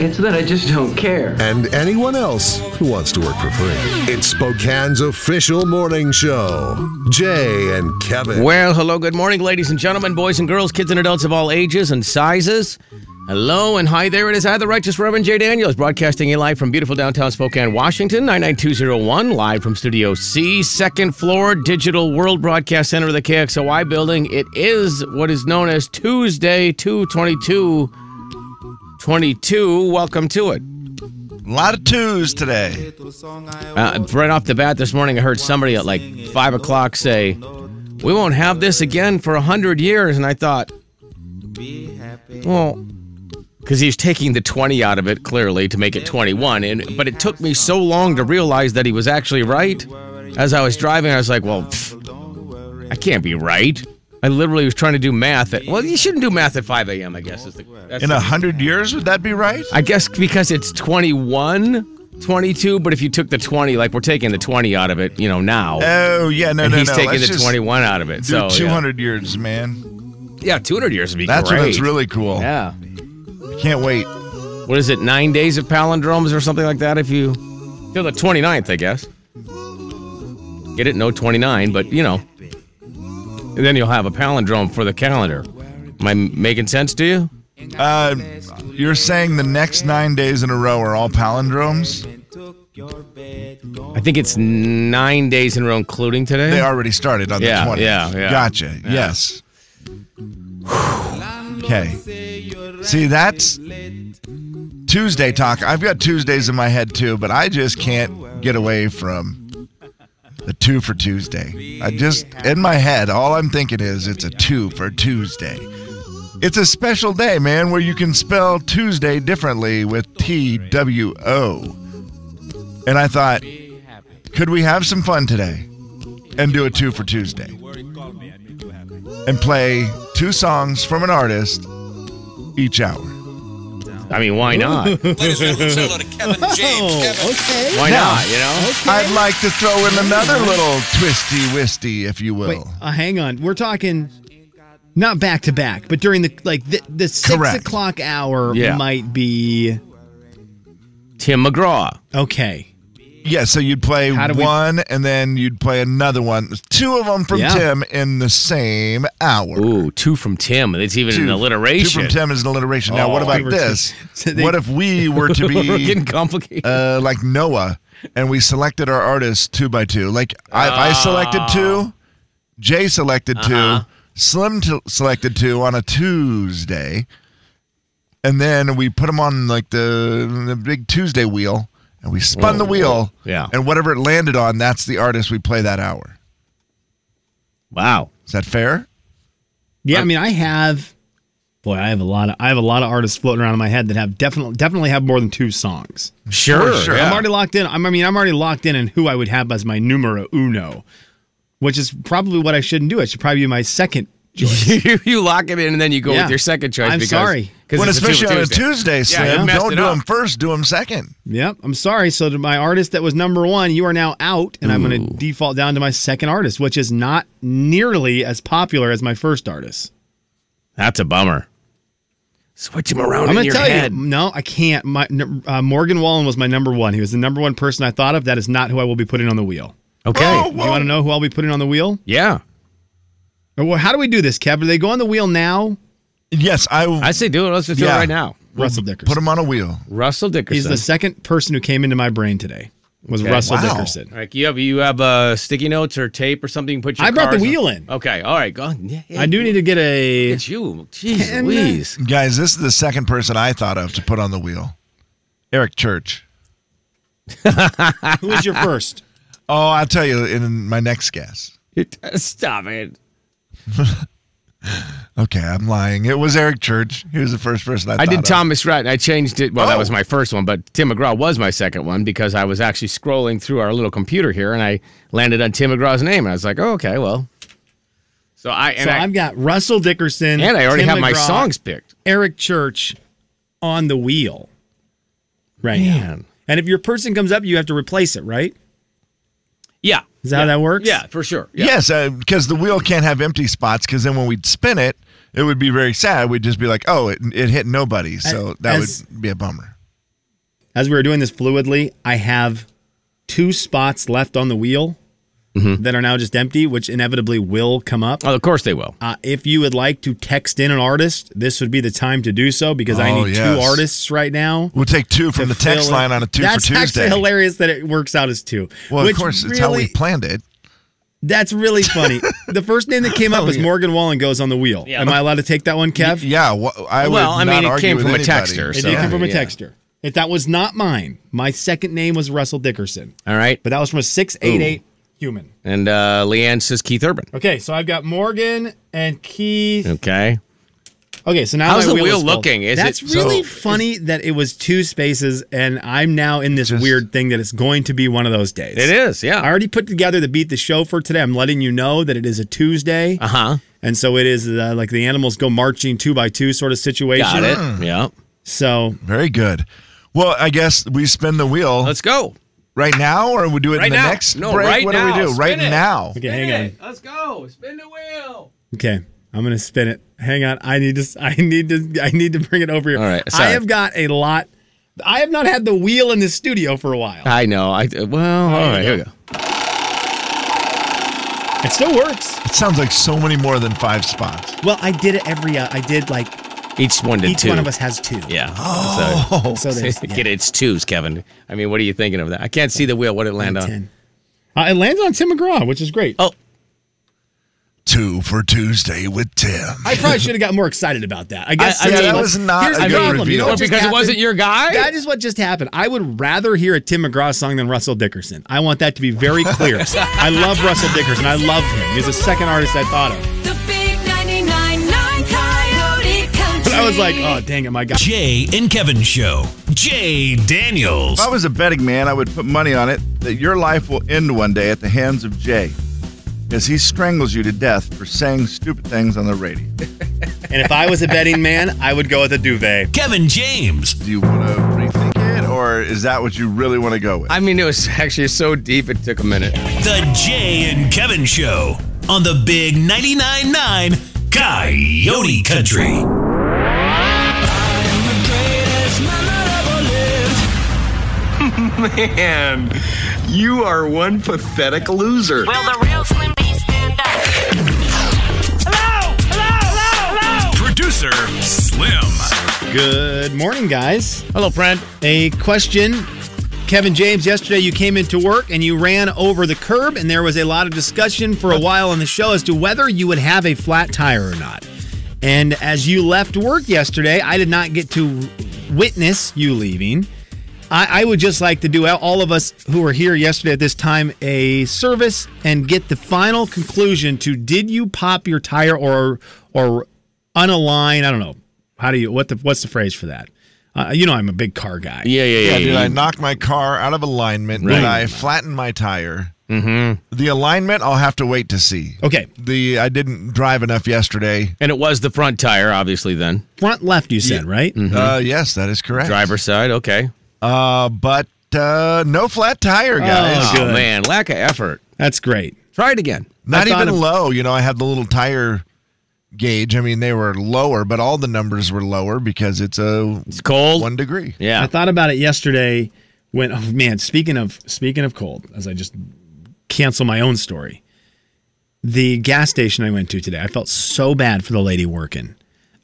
It's that I just don't care. and anyone else who wants to work for free. It's Spokane's official morning show. Jay and Kevin. Well, hello, good morning, ladies and gentlemen, boys and girls, kids and adults of all ages and sizes. Hello and hi, there it is. I, the Righteous Reverend Jay Daniels, broadcasting you live from beautiful downtown Spokane, Washington, 99201, live from Studio C, second floor, Digital World Broadcast Center of the KXOY building. It is what is known as Tuesday 222 22. Welcome to it. A lot of twos today. Uh, right off the bat this morning, I heard somebody at like five o'clock say, "We won't have this again for a hundred years," and I thought, well, because he's taking the twenty out of it clearly to make it twenty-one, and but it took me so long to realize that he was actually right. As I was driving, I was like, "Well, pff, I can't be right." I literally was trying to do math. At, well, you shouldn't do math at 5 a.m. I guess is the. That's In the- a hundred years, would that be right? I guess because it's 21, 22, but if you took the 20, like we're taking the 20 out of it, you know, now. Oh yeah, no, and no, he's no. taking Let's the just 21 out of it. Do so, yeah. 200 years, man. Yeah. 200 years would be That's great. when it's really cool. Yeah. Can't wait. What is it, nine days of palindromes or something like that if you. Till the 29th, I guess. Get it? No, 29, but you know. And then you'll have a palindrome for the calendar. Am I making sense to you? Uh, you're saying the next nine days in a row are all palindromes? I think it's nine days in a row, including today. They already started on Yeah, the 20th. yeah, yeah. Gotcha. Yes. okay. See, that's Tuesday talk. I've got Tuesdays in my head too, but I just can't get away from the two for Tuesday. I just, in my head, all I'm thinking is it's a two for Tuesday. It's a special day, man, where you can spell Tuesday differently with T W O. And I thought, could we have some fun today? and do a two for Tuesday. And play two songs from an artist each hour. I mean, why not? Oh, Oh, Why Now- not? You know? I'd like to throw in another little twisty wisty, if you will. Wait, uh, hang on. We're talking not back to back, but during the like the, the six Correct. o'clock hour Yeah. might be Tim McGraw. okay. Yeah, so you'd play How do we- one and then you'd play another one. Two of them from Yeah. Tim in the same hour. Ooh, two from Tim. It's even Two- an alliteration. Two from Tim is an alliteration. Now, what Oh. about We were- this? so they- what if we were to We're be getting complicated. uh, like Noah, and we selected our artists two by two. Like I, I selected Ah. two, Jay selected Uh-huh. two, Slim t- selected two on a Tuesday, and then we put them on like the, the big Tuesday wheel, and we spun the wheel. Yeah. and whatever it landed on, that's the artist we play that hour. wow. Is that fair? Yeah, I mean, I have boy, I have a lot of I have a lot of artists floating around in my head that have definitely definitely have more than two songs. Sure. sure. yeah. I'm already locked in. I'm, I mean, I'm already locked in in who I would have as my numero uno, which is probably what I shouldn't do. I should probably be my second. you, you lock it in and then you go Yeah. with your second choice. I'm because, sorry. Because well, it's especially a two on a Tuesday. Tuesday, Slim. you messed don't it do up. them first. Do them second. Yep, I'm sorry. So to my artist that was number one, you are now out, and I'm going to default down to my second artist, which is not nearly as popular as my first artist. That's a bummer. Switch them around I'm in going to your tell head. you, no, I can't. My n- uh, Morgan Wallen was my number one. He was the number one person I thought of. That is not who I will be putting on the wheel. Okay. Oh, Do you want to know who I'll be putting on the wheel? Yeah. Or, well, how do we do this, Kev? Do they go on the wheel now? Yes, I will I say do it. Let's just do Yeah. it right now. Russell Dickerson. put them on a wheel. Russell Dickerson. He's the second person who came into my brain today. Was Russell Wow. Dickerson? All right. You have you have uh, sticky notes or tape or something. You put your I brought the cars on. wheel in. Okay. All right. Go. On. Yeah, I do need to get a. It's you. Jeez And, uh, Louise. Guys, this is the second person I thought of to put on the wheel. Eric Church. Who was your first? Oh, I'll tell you in my next guess. It- Stop it. Okay, I'm lying. It was Eric Church. He was the first person I, I thought did of. Thomas Rhett. and I changed it. Well, that Oh. was my first one, but Tim McGraw was my second one because I was actually scrolling through our little computer here and I landed on Tim McGraw's name. And I was like, oh, okay, well. So I and so I I've got Russell Dickerson and I already Tim have my McGraw, songs picked. Eric Church on the wheel right now. Man. And if your person comes up, you have to replace it, right? Yeah. Is that how that works? Yeah, for sure. Yeah. Yes, because the wheel can't have empty spots. Because then when we'd spin it, it would be very sad. We'd just be like, "Oh, it, it hit nobody." So that as- would be a bummer. As we were doing this fluidly, I have two spots left on the wheel Mm-hmm. that are now just empty, which inevitably will come up. Oh, of course they will. Uh, if you would like to text in an artist, this would be the time to do so because I Oh, need two yes. artists right now. We'll take two from the to text fill in- line on a two That's for Tuesday. actually hilarious that it works out as two. Well, which of course, it's how we really- planned it. That's really funny. the first name that came up was Morgan Wallen goes on the wheel. Yeah. Am I allowed to take that one, Kev? Yeah, wh- I would Well, I mean, not it argue came with from a anybody, texter, It so- did come from a Yeah. texter. If that was not mine, my second name was Russell Dickerson, All right. but that was from a 688 human. And uh, Leanne says Keith Urban. Okay, so I've got Morgan and Keith. Okay. Okay, so now How's my the wheel is full. looking? Is it- That's so- really funny that it was two spaces, and I'm now in this Just- weird thing that it's going to be one of those days. It is. Yeah. I already put together the beat the show for today. I'm letting you know that it is a Tuesday. Uh huh. And so it is uh, like the animals go marching two by two sort of situation. Got it. Yeah. So Very good. Well, I guess we spin the wheel Let's go. right now, or we do it Right in the now. next No, break. right what now. do we do? Right Spin it. now. okay, hang on. Let's go. Spin the wheel. Okay, I'm gonna spin it. Hang on. I need to. I need to. I need to bring it over here. All right, I sorry. have got a lot. I have not had the wheel in the studio for a while. I know. I well. All right. Here we go. It still works. It sounds like so many more than five spots. Well, I did it every. Uh, I did like Each one to each two. one of us has two. Yeah. Oh. So there's yeah, Get it. It's twos, Kevin. I mean, what are you thinking of that? I can't see the wheel. What it land on? ten. Uh, it landed on Tim McGraw, which is great. Oh. Two for Tuesday with Tim. I probably should have got more excited about that. I guess I- I so. mean, that was not here's a the good problem. You reveal. know what Well, just because it happened? wasn't your guy. That is what just happened. I would rather hear a Tim McGraw song than Russell Dickerson. I want that to be very clear. I love Russell Dickerson. I love him. He's the second artist I thought of. The big 99.9 Coyote Country. But I was like, oh, dang it, my God. Jay and Kevin Show. Jay Daniels. If I was a betting man, I would put money on it that your life will end one day at the hands of Jay, as he strangles you to death for saying stupid things on the radio. And if I was a betting man, I would go with a duvet. Kevin James. Do you want to rethink it, or is that what you really want to go with? I mean, it was actually so deep it took a minute. The Jay and Kevin Show on the Big 99.9 9 Coyote Country. Man, you are one pathetic loser. Will the real Slim Beast stand up? Hello! Hello! Hello! Hello! Producer Slim. Good morning, guys. Hello, friend. A question. Kevin James, yesterday you came into work and you ran over the curb, and there was a lot of discussion for a while on the show as to whether you would have a flat tire or not. And as you left work yesterday, I did not get to witness you leaving. I, I would just like to do all of us who were here yesterday at this time a service and get the final conclusion to did you pop your tire or or unalign? I don't know. How do you what the what's the phrase for that? Uh, you know I'm a big car guy. Yeah, yeah, yeah. yeah, did I knock my car out of alignment? Right. Did I flatten my tire? Mm-hmm. The alignment, I'll have to wait to see. Okay, The I didn't drive enough yesterday. And it was the front tire, obviously. Then front left you said, right? Mm-hmm. Uh, yes, that is correct. driver side. Okay. Uh, but uh, no flat tire, guys. Oh, good. man, lack of effort. That's great. Try it again. Not I thought even of- low. You know, I had the little tire gauge. I mean, they were lower, but all the numbers were lower because it's a It's cold. one degree. yeah. I thought about it yesterday when oh man, speaking of speaking of cold, as I just cancel my own story. The gas station I went to today, I felt so bad for the lady working.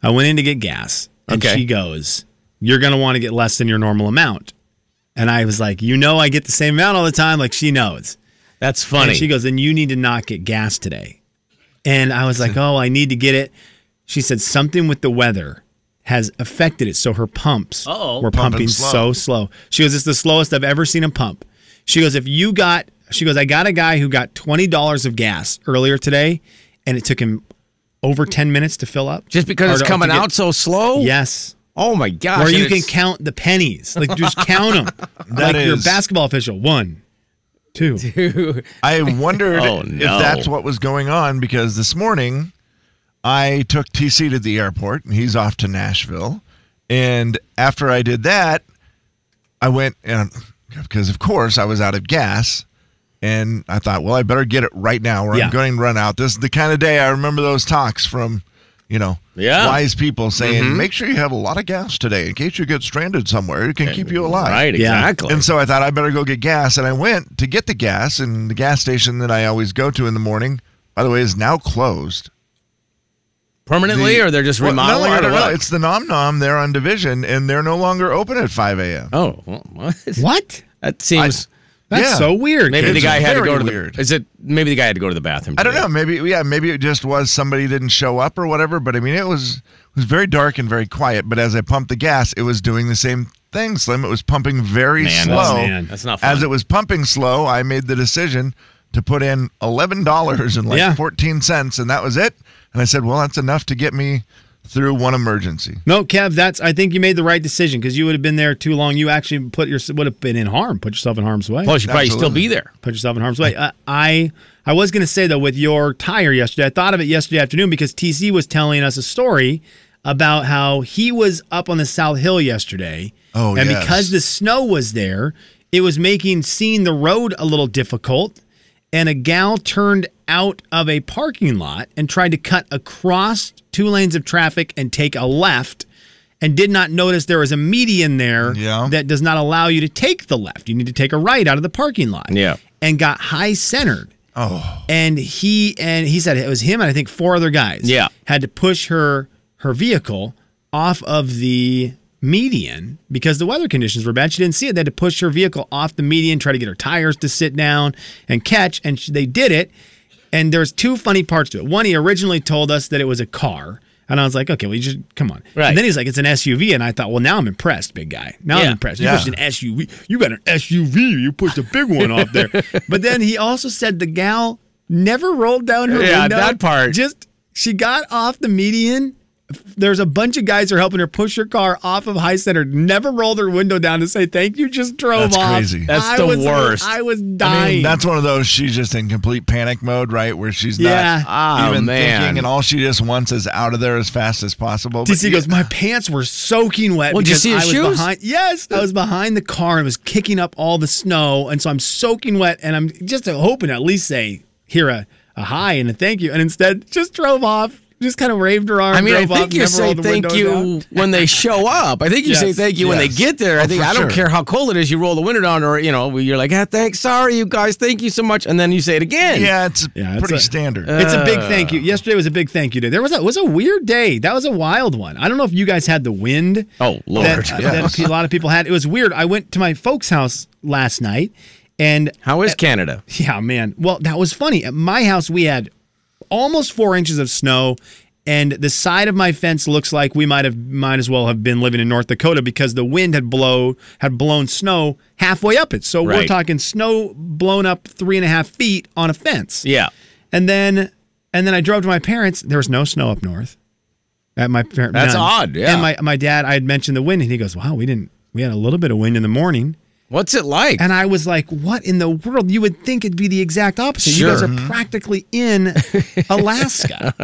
I went in to get gas and Okay. she goes, "You're going to want to get less than your normal amount." And I was like, "You know I get the same amount all the time, like she knows." That's funny. And she goes, then you need to not get gas today. And I was like, oh, I need to get it. She said something with the weather has affected it. So her pumps Uh-oh. were Pumping pumping slow. so slow. She goes, it's the slowest I've ever seen a pump. She goes, if you got, She goes, I got a guy who got twenty dollars of gas earlier today, and it took him over ten minutes to fill up. Just because Or it's to- coming to get- out so slow? Yes. Oh my gosh. Where and you can it's- count the pennies, like just count them, That like your is- basketball official. One, two. I wondered Oh, no. if that's what was going on because this morning I took TC to the airport and he's off to Nashville. And after I did that, I went and because of course I was out of gas and I thought, well, I better get it right now or Yeah. I'm going to run out. This is the kind of day I remember those talks from, you know, Yeah. wise people saying, Mhm. make sure you have a lot of gas today in case you get stranded somewhere. It can keep you alive. Right, Yeah. exactly. And so I thought I better go get gas, and I went to get the gas, and the gas station that I always go to in the morning, by the way, is now closed. Permanently, The- or they're just Well, remodeling no, I or don't know. what? It's the Nom Nom there on Division, and they're no longer open at 5 a.m. Oh, well, what? What? That seems. That's Yeah. so weird. maybe kid. the it's guy had to very go to weird. the. Is it? Maybe the guy had to go to the bathroom. I don't today. know. Maybe yeah. Maybe it just was somebody didn't show up or whatever. But I mean, it was it was very dark and very quiet. But as I pumped the gas, it was doing the same thing. Slim, it was pumping very Man, that's- slow. man, that's not As fun. it was pumping slow, I made the decision to put in eleven dollars and like Yeah. fourteen cents, and that was it. And I said, well, that's enough to get me through one emergency. No, Kev, that's. I think you made the right decision because you would have been there too long. You actually put your would have been in harm. Put yourself in harm's way. Plus, you'd probably still Absolutely. be there. Put yourself in harm's way. Uh, I I was going to say though with your tire yesterday, I thought of it yesterday afternoon because TC was telling us a story about how he was up on the South Hill yesterday. Oh, and yes. because the snow was there, it was making seeing the road a little difficult. And a gal turned out of a parking lot and tried to cut across two lanes of traffic and take a left, and did not notice there was a median there Yeah. that does not allow you to take the left. You need to take a right out of the parking lot Yeah. and got high centered. Oh, And he and he said it was him and I think four other guys. Yeah. had to push her her vehicle off of the median because the weather conditions were bad. She didn't see it. They had to push her vehicle off the median, try to get her tires to sit down and catch. And she, they did it. And there's two funny parts to it. One, he originally told us that it was a car. And I was like, okay, well, you just come on. Right. And then he's like, it's an SUV. And I thought, well, now I'm impressed, big guy. Now Yeah. I'm impressed. You Yeah. pushed an SUV. You got an SUV. You pushed a big one off there. But then he also said the gal never rolled down her Yeah, window. that part. Just she got off the median. There's a bunch of guys who are helping her push her car off of High Center. Never rolled her window down to say thank you. Just drove That's off. crazy. That's I the was, worst. I was dying. I mean, that's one of those. She's just in complete panic mode, right? Where she's Yeah. Ah, not even man. thinking, and all she just wants is out of there as fast as possible. But DC goes, my pants were soaking wet Well, did you because see I his was shoes? behind. Yes, I was behind the car and was kicking up all the snow, and so I'm soaking wet, and I'm just hoping to at least say hear a, a hi and a thank you, and instead just drove off, just kind of waved her arm. I mean, I drove off, think you never say rolled the thank window you down. when they show up. I think you say Yes, thank you when they yes. get there. I Oh, think for I don't sure. care how cold it is. You roll the window down, or you know, you're like, ah, thanks, sorry, you guys, thank you so much, and then you say it again. yeah, it's Yeah, it's pretty a- standard. It's a big thank uh, you. Yesterday was a big thank you day. There was a was a weird day. That was a wild one. I don't know if you guys had the wind. Oh, Lord. That, uh, Yes. that a lot of people had. It was weird. I went to my folks' house last night, and How is Canada? Yeah, man. Well, that was funny. At my house, we had almost four inches of snow, and the side of my fence looks like we might have might as well have been living in North Dakota because the wind had blow had blown snow halfway up it. So we're Right. talking snow blown up three and a half feet on a fence. Yeah. and then and then I drove to my parents. There was no snow up north. At my parents, That's odd, yeah. And my my dad, I had mentioned the wind, and he goes, "Wow, we didn't. We had a little bit of wind in the morning." What's it like? And I was like, what in the world? You would think it'd be the exact opposite. You guys Sure. Mm-hmm. are practically in Alaska.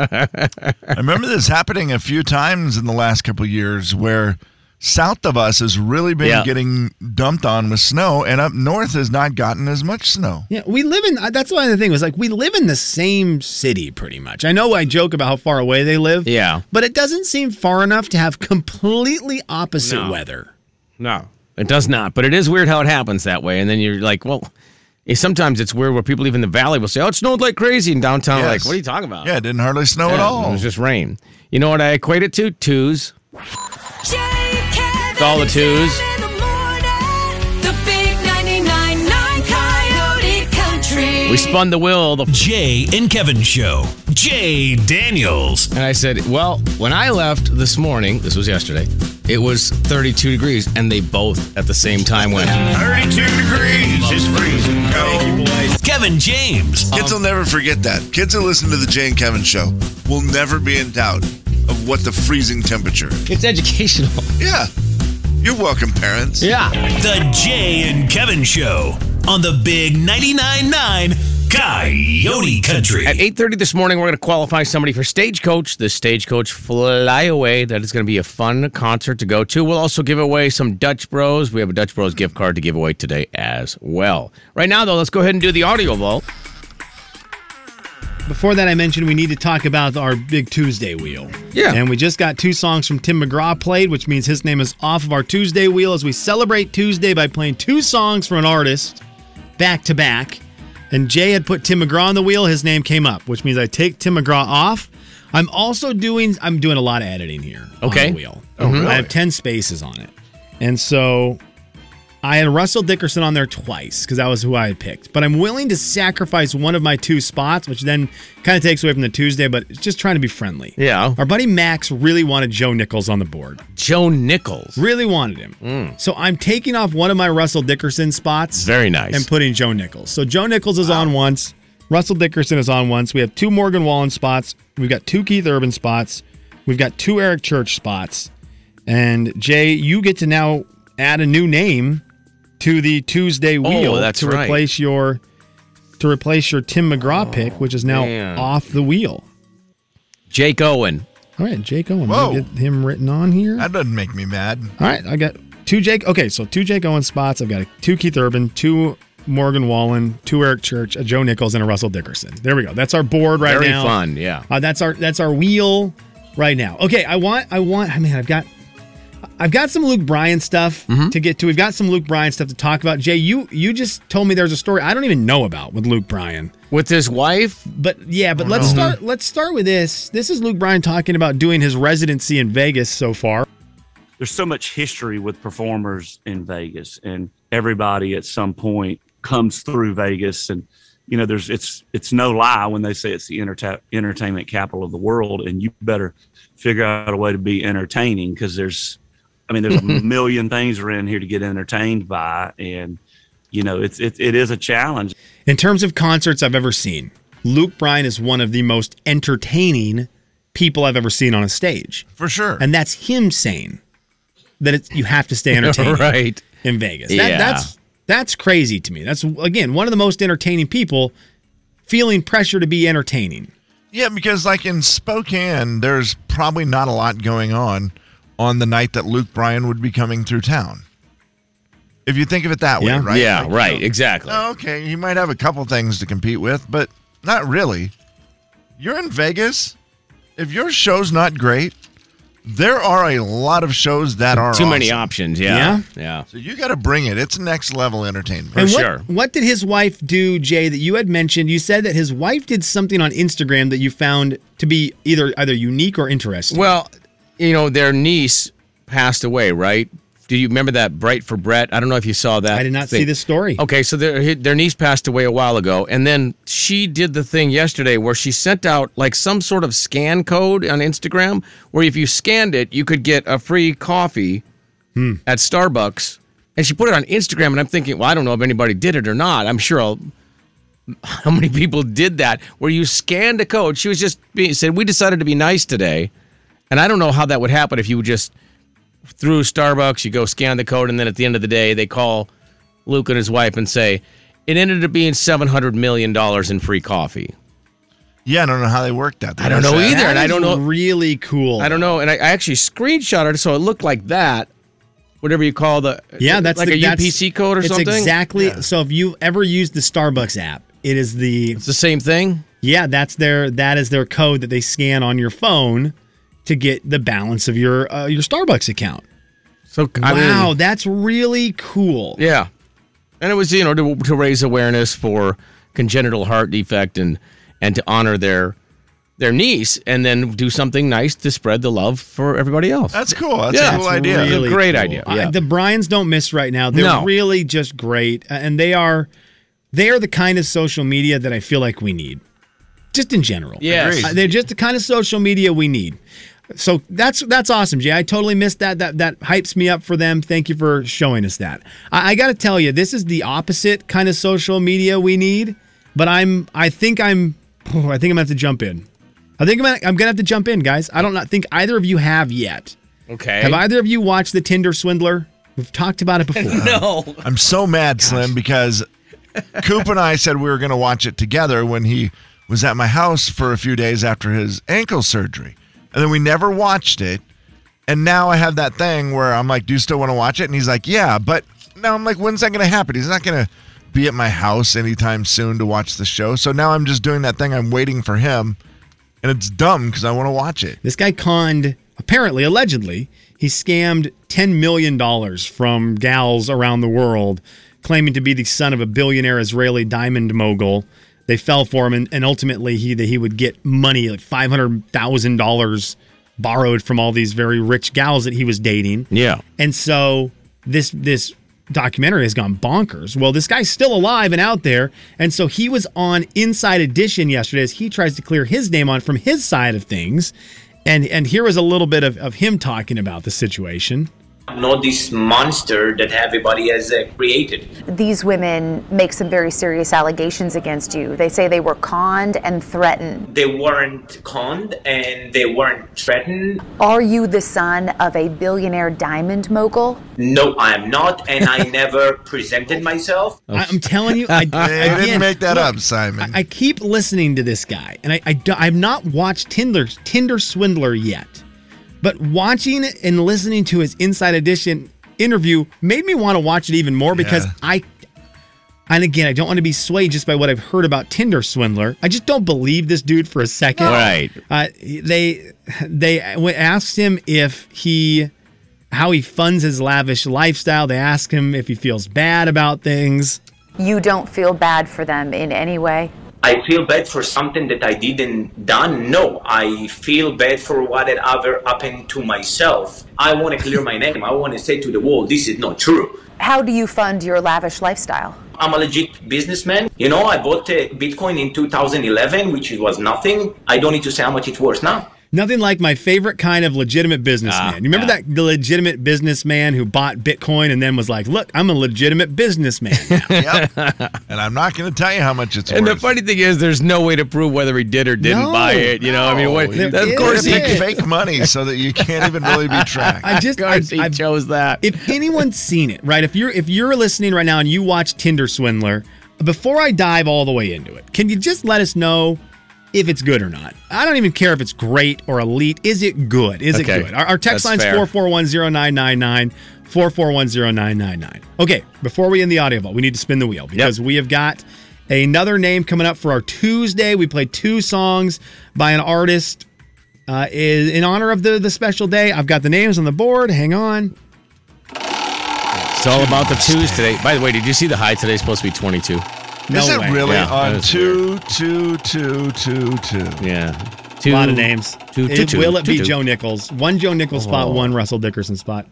I remember this happening a few times in the last couple of years where south of us has really been Yeah. getting dumped on with snow, and up north has not gotten as much snow. yeah, we live in, that's why the thing was like, we live in the same city pretty much. I know I joke about how far away they live. Yeah. But it doesn't seem far enough to have completely opposite No. weather. No, it does not. But it is weird how it happens that way. And then you're like, well, eh, sometimes it's weird where people even in the valley will say, oh, it snowed like crazy in downtown. Yes. Like, what are you talking about? Yeah, it didn't hardly snow at Yeah, It all. was just rain. You know what I equate it to? Twos. Jay, Kevin, It's all the twos. Sam in the morning. The big 99.9 Coyote Country. We spun the wheel. The Jay and Kevin show. Jay Daniels. And I said, well, when I left this morning, this was yesterday, it was 32 degrees, and they both at the same time went. 32 degrees is freezing cold. Kevin James. Kids will never forget that. Kids who listen to the Jay and Kevin show will never be in doubt of what the freezing temperature is. It's educational. Yeah. You're welcome, parents. Yeah. The Jay and Kevin show on the big 99.9 9 Coyote Country. At 8:30 this morning, we're going to qualify somebody for Stagecoach, the Stagecoach Flyaway. That is going to be a fun concert to go to. We'll also give away some Dutch Bros. We have a Dutch Bros gift card to give away today as well. Right now, though, let's go ahead and do the audio vault. Before that, I mentioned we need to talk about our Big Tuesday wheel. Yeah. And we just got two songs from Tim McGraw played, which means his name is off of our Tuesday wheel as we celebrate Tuesday by playing two songs from an artist back to back. And Jay had put Tim McGraw on the wheel. His name came up, which means I take Tim McGraw off. I'm also doing I'm doing a lot of editing here. Okay. On the wheel. Oh, really? I have ten spaces on it. And so I had Russell Dickerson on there twice because that was who I had picked. But I'm willing to sacrifice one of my two spots, which then kind of takes away from the Tuesday, but it's just trying to be friendly. Yeah. Our buddy Max really wanted Joe Nichols on the board. Joe Nichols. Really wanted him. So I'm taking off one of my Russell Dickerson spots. Mm. Very nice. And putting Joe Nichols. So Joe Nichols is on once. Russell Dickerson is on once. We have two Morgan Wallen spots. We've got two Keith Urban spots. We've got two Eric Church spots. And Jay, you get to now add a new name to the Tuesday wheel Oh, that's to right. Oh, replace your to replace your Tim McGraw pick, which is now man. off the wheel. Jake Owen. All right, Jake Owen. Whoa. Let me get him written on here. That doesn't make me mad. All right, I got two Jake. Okay, so two Jake Owen spots. I've got two Keith Urban, two Morgan Wallen, two Eric Church, a Joe Nichols, and a Russell Dickerson. There we go. That's our board right Very now. fun, yeah. Uh, that's our that's our wheel right now. Okay, I want I want. I mean, I've got I've got some Luke Bryan stuff Mm-hmm. to get to. We've got some Luke Bryan stuff to talk about. Jay, you you just told me there's a story I don't even know about with Luke Bryan. With his wife? But yeah, but let's start let's start with this. This is Luke Bryan talking about doing his residency in Vegas so far. there's so much history with performers in Vegas, and everybody at some point comes through Vegas, and you know, there's it's it's no lie when they say it's the enterta- entertainment capital of the world, and you better figure out a way to be entertaining because there's, I mean, there's a million things around here to get entertained by, and you know, it's it, it is a challenge. In terms of concerts I've ever seen, Luke Bryan is one of the most entertaining people I've ever seen on a stage. For sure. And that's him saying that it's, you have to stay entertaining Right. in Vegas. That, Yeah. That's that's crazy to me. That's again one of the most entertaining people feeling pressure to be entertaining. Yeah, because like in Spokane, there's probably not a lot going on on the night that Luke Bryan would be coming through town. If you think of it that Yeah. way, right? Yeah, Like, right, you know, exactly. oh, okay, you might have a couple things to compete with, but not really. You're in Vegas. If your show's not great, there are a lot of shows that are Too many awesome. options, yeah. Yeah. So you got to bring it. It's next level entertainment. and what, what did his wife do, Jay, that you had mentioned? You said that his wife did something on Instagram that you found to be either either unique or interesting. Well, you know, their niece passed away, right? Do you remember that Bright for Brett? I don't know if you saw that. I did not see this story. Okay, so their their niece passed away a while ago, and then she did the thing yesterday where she sent out like some sort of scan code on Instagram, where if you scanned it, you could get a free coffee at Starbucks. And she put it on Instagram, and I'm thinking, well, I don't know if anybody did it or not. I'm sure I'll, how many people did that where you scanned a code. She was just being said, we decided to be nice today, and I don't know how that would happen if you would just through Starbucks, you go scan the code, and then at the end of the day, they call Luke and his wife and say, it ended up being seven hundred million dollars in free coffee. Yeah, I don't know how they worked that. I don't know e- either, That and I is don't know. Really cool. I don't know, and I, I actually screenshotted it so it looked like that, whatever you call the uh, Yeah, that's like the, a that's- UPC code or it's something. Exactly. So if you've ever used the Starbucks app, it is the It's the same thing. yeah. That's their that is their code that they scan on your phone to get the balance of your uh, your Starbucks account. So I mean- wow, that's really cool. Yeah, and it was you know to, to raise awareness for congenital heart defect and and to honor their their niece and then do something nice to spread the love for everybody else. That's cool. That's Yeah. a cool That's idea. really- It's a great idea, I- yeah. the Bryans don't miss right now. They're No. really just great, uh, and they are. They are the kind of social media that I feel like we need, just in general. Yes. Agreed. Uh, they're just the kind of social media we need. So that's that's awesome, Jay. I totally missed that. That that hypes me up for them. Thank you for showing us that. I, I got to tell you, this is the opposite kind of social media we need. But I'm I think I'm oh, I think I'm gonna have to jump in. I think I'm gonna, I'm gonna have to jump in, guys. I don't not think either of you have yet. Okay. Have either of you watched The Tinder Swindler? We've talked about it before. no. I'm so mad, Slim, because Coop and I said we were going to watch it together when he was at my house for a few days after his ankle surgery. And then we never watched it. And now I have that thing where I'm like, do you still want to watch it? And he's like, yeah. But now I'm like, when's that going to happen? He's not going to be at my house anytime soon to watch the show. So now I'm just doing that thing. I'm waiting for him. And it's dumb because I want to watch it. This guy conned, apparently, allegedly, he scammed $10 million from gals around the world, claiming to be the son of a billionaire Israeli diamond mogul. They fell for him, and, and ultimately, he that he would get money like $500,000 borrowed from all these very rich gals that he was dating. Yeah. And so this this documentary has gone bonkers. Well, this guy's still alive and out there, and so he was on Inside Edition yesterday as he tries to clear his name on from his side of things. And and here was a little bit of, of him talking about the situation. Not this monster that everybody has uh, created. These women make some very serious allegations against you. They say they were conned and threatened. They weren't conned and they weren't threatened. Are you the son of a billionaire diamond mogul? No, I am not, and I never presented myself. I, am telling you, I, I didn't again, make that look, up, Simon. I, I keep listening to this guy, and I, I do, I've not watched Tinder Tinder Swindler yet, but watching and listening to his Inside Edition interview made me want to watch it even more because Yeah. I. And again, I don't want to be swayed just by what I've heard about Tinder Swindler. I just don't believe this dude for a second. Right. Uh, they they asked him if he how he funds his lavish lifestyle. They asked him if he feels bad about things. You don't feel bad for them in any way? I feel bad for something that I didn't done. No, I feel bad for what had ever happened to myself. I want to clear my name. I want to say to the world, this is not true. How do you fund your lavish lifestyle? I'm a legit businessman. You know, I bought uh, Bitcoin in 2011, which was nothing. I don't need to say how much it's worth now. Nothing like my favorite kind of legitimate businessman. you remember that the legitimate businessman who bought Bitcoin and then was like, "Look, I'm a legitimate businessman." now." And I'm not going to tell you how much it's And the worth. funny thing is, there's no way to prove whether he did or didn't No, buy it. You know, I mean, what, no, you of course he. did. fake money so that you can't even really be tracked. I just I, I chose that. If anyone's seen it, right? If you're if you're listening right now and you watch Tinder Swindler, before I dive all the way into it, can you just let us know if it's good or not? I don't even care if it's great or elite. Is it good? Is Okay. it good? Our, our That's text line's fair. four four one zero nine nine nine. 4410999. Okay, before we end the audio vault, we need to spin the wheel because we have got another name coming up for our Tuesday. We played two songs by an artist uh, is in honor of the the special day. I've got the names on the board. Hang on. It's all about the twos today. By the way, did you see the high today? It's supposed to be 22. No is it way. really Yeah, that on is two, two, two, two, two? Yeah. a lot of names. Two, two, It- two, will it two, be two. Joe Nichols? One Joe Nichols spot, Oh. one Russell Dickerson spot.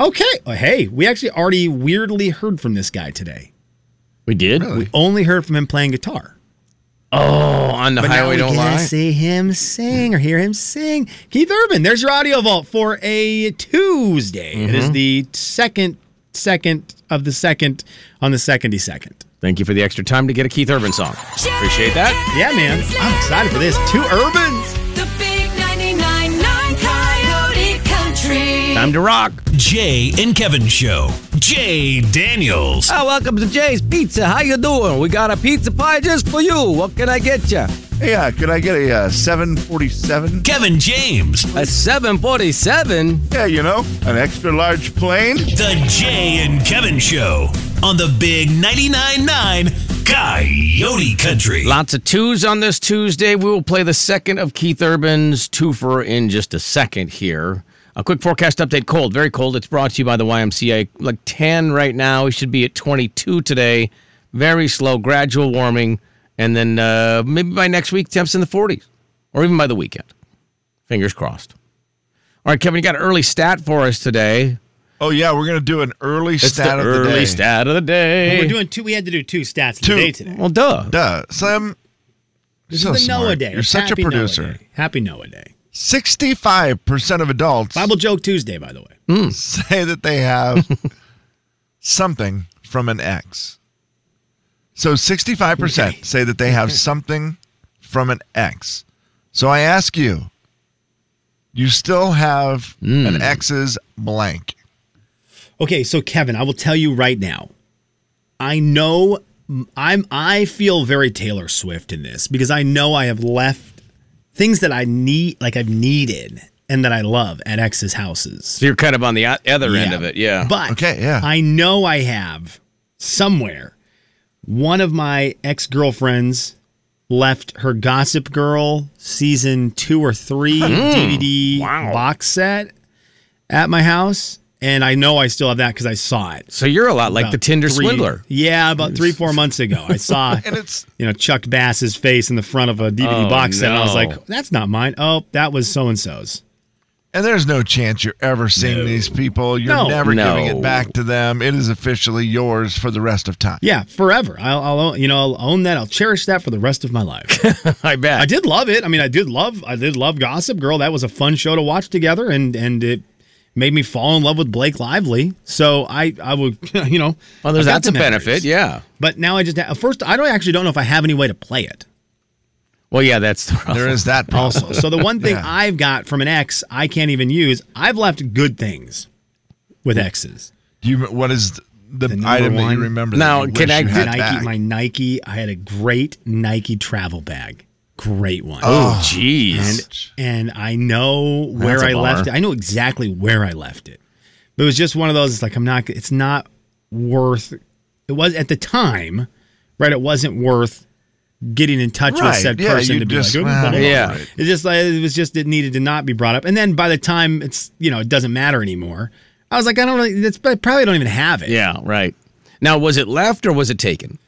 Okay. Oh, hey, we actually already weirdly heard from this guy today. We did? We only heard from him playing guitar. Oh, on the But now highway, we don't get to lie. see him sing or hear him sing. Keith Urban, there's your audio vault for a Tuesday. It is Mm-hmm. Mhm. the second second of the second on the secondy second. Thank you for the extra time to get a Keith Urban song. Appreciate that. Yeah, man. I'm excited for this. Two Urbans. The big 99.9 Coyote Country. Time to rock. Jay and Kevin Show. Jay Daniels. Oh, welcome to Jay's Pizza. How you doing? We got a pizza pie just for you. What can I get you? Hey, uh, could I get a uh, 747? Kevin James. A 747? Yeah, you know, an extra large plane. The Jay and Kevin Show on the Big 99.9 Coyote Country. Lots of twos on this Tuesday. We will play the second of Keith Urban's twofer in just a second here. A quick forecast update cold, very cold. It's brought to you by the YMCA. Like 10 right now. We should be at 22 today. Very slow, gradual warming. And then uh, maybe by next week, temps in the 40s or even by the weekend. Fingers crossed. All right, Kevin, you got an early stat for us today. Oh yeah, we're gonna do an early It's stat the of the early day. stat of the day. Well, we're doing two. We had to do two stats of Two. the day today. Well, duh. Duh. Slim. This so is the Noah smart. Day. You're such a Happy Noah producer. Day. Happy Noah Day. Sixty-five percent of adults Bible joke Tuesday, by the way. say that they have something from an ex. So sixty-five percent say that they have something from an ex. So I ask you, you still have Hmm. an ex's blank. Okay, so Kevin, I will tell you right now. I know I'm I feel very Taylor Swift in this because I know I have left things that I need like I've needed and that I love at ex's houses. So you're kind of on the o- other end of it, yeah. But I know I have somewhere one of my ex girlfriends left her Gossip Girl season two or three Hmm. DVD box set at my house. And I know I still have that because I saw it. So you're a lot like About the Tinder three- swindler. Yeah, about three, four months ago. I saw And it's you know, Chuck Bass's face in the front of a DVD Oh, box set. And I no. was like, that's not mine. Oh, that was so and so's. And there's no chance you're ever seeing these people. You're No. never No. giving it back to them. It is officially yours for the rest of time. Yeah, forever. I'll, I'll own- you know I'll own that. I'll cherish that for the rest of my life. I bet. I did love it. I mean, I did love I did love Gossip Girl. That was a fun show to watch together, and and it made me fall in love with Blake Lively. So I I would you know Well, there's I've got that's a the memories. benefit, yeah. But now I just first I don't actually don't know if I have any way to play it. Well, yeah, that's the problem. There is that Also, so the one thing Yeah. I've got from an ex I can't even use. I've left good things with exes. Do you what is the, number item that one- you remember? that you wish you had Nike? back? My Nike. I had a great Nike travel bag. Great one. Oh, jeez. And and I know where That's a I left it. bummer. I know exactly where I left it. But it was just one of those. It's like I'm not. It's not worth. It was at the time, right? It wasn't worth getting in touch with Right, said yeah, person you to be just- like, well, blah, blah, blah. yeah. It just like it was just it needed to not be brought up. And then by the time it's you know it doesn't matter anymore. I was like, I don't really. That's I probably don't even have it. Yeah, right. Now, was it left or was it taken?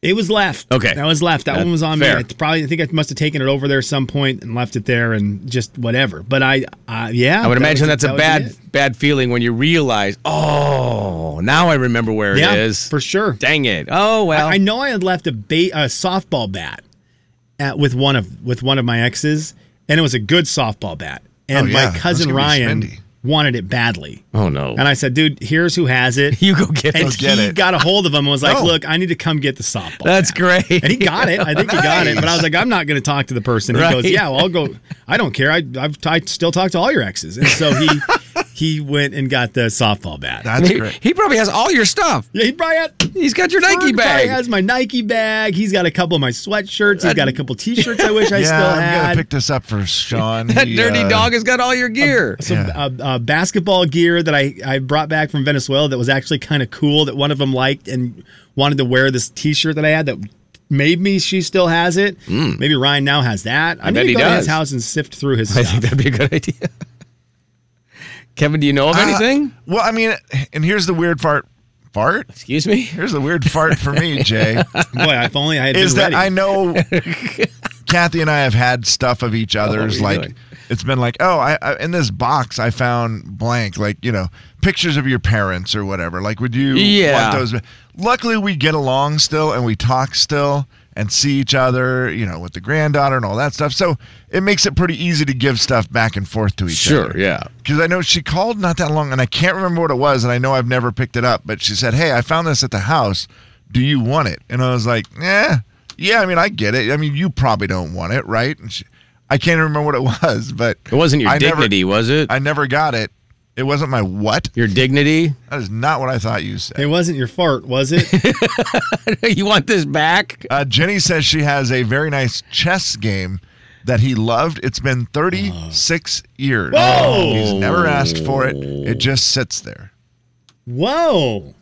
It was left. Okay. That was left. That Uh, one was on fair. me. I probably I think I must have taken it over there some point and left it there and just whatever. But I, I yeah. I would that imagine was- that's a that was bad it. bad feeling when you realize, oh, now I remember where Yeah, it is. for sure. Dang it. Oh well. I, I know I had left a bait, a softball bat at, with one of with one of my exes, and it was a good softball bat. And Oh, yeah. my That's cousin gonna be Ryan spendy. wanted it badly. oh no. And I said, dude, here's who has it. You go get and it. Go get he it. got a hold of him and was like, Oh. look, I need to come get the softball. That's great. And he got it. I think he got it. But I was like, I'm not going to talk to the person. He Right. goes, Yeah, well, I'll go. I don't care. I, I've I still talk to all your exes. And so he he went and got the softball bat. That's he, he probably has all your stuff. Yeah, he probably had, he's got your Nike Ferg probably bag. has my Nike bag. He's got a couple of my sweatshirts. He's got a couple T-shirts. I wish I yeah, still I'm had. gonna pick this up for Sean. that He, dirty uh, dog has got all your gear. some uh, uh, basketball gear that I, I brought back from Venezuela that was actually kind of cool that one of them liked and wanted to wear this T-shirt that I had that made me. She still has it. Maybe Ryan now has that. Hmm. I need bet to he go to does. his house and sift through his I stuff. think that'd be a good idea. Kevin, do you know of Uh, anything? well, I mean, and here's the weird part. Fart? Excuse me. Here's the weird part for me, Jay. Boy, if only I had is been that ready. I know Kathy and I have had stuff of each other's. you like doing? it's been like, oh, I, I in this box I found blank, like you know, pictures of your parents or whatever. Like, would you Yeah. want those? Luckily, we get along still and we talk still and see each other. You know, with the granddaughter and all that stuff. So it makes it pretty easy to give stuff back and forth to each other. Sure. Yeah. Because I know she called not that long, and I can't remember what it was, and I know I've never picked it up. But she said, "Hey, I found this at the house. Do you want it?" And I was like, "Yeah, yeah. I mean, I get it. I mean, you probably don't want it, right?" And she, I can't remember what it was, but It wasn't your I never- dignity, was it? I never got it. It wasn't my what? Your dignity? That is not what I thought you said. It wasn't your fart, was it? you want this back? Uh, Jenny says she has a very nice chess game that he loved. It's been 36 years. Whoa! He's never asked for it. It just sits there. Whoa,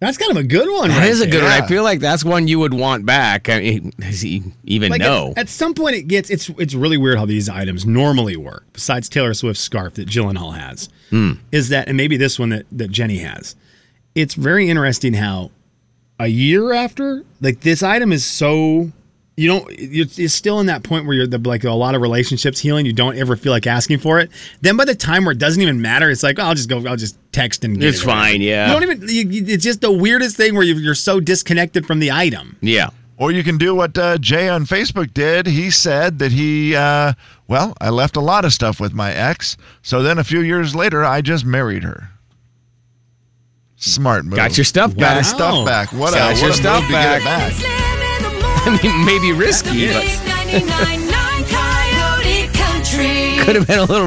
that's kind of a good one. That right is a good there. one. I feel like that's one you would want back. I mean, does he even Like, know? At, at some point, it gets it's it's really weird how these items normally work. Besides Taylor Swift's scarf that Gyllenhaal has, Hmm. is that and maybe this one that that Jenny has. It's very interesting how a year after, like this item is so you don't you're, you're still in that point where you're the, like a lot of relationships healing you don't ever feel like asking for it then by the time where it doesn't even matter it's like oh, i'll just go i'll just text and get It's it over. fine, yeah. you don't even you, you- it's just the weirdest thing where you're, you're so disconnected from the item Yeah. Or you can do what uh, Jay on Facebook did. He said that he, uh, well, I left a lot of stuff with my ex. So then a few years later, I just married her. Smart move. Got your stuff Got back. Oh. his stuff back. What Got a, your what a stuff move to get it back. back. I mean, maybe risky, but Big 99.9 Coyote Country. could have been a little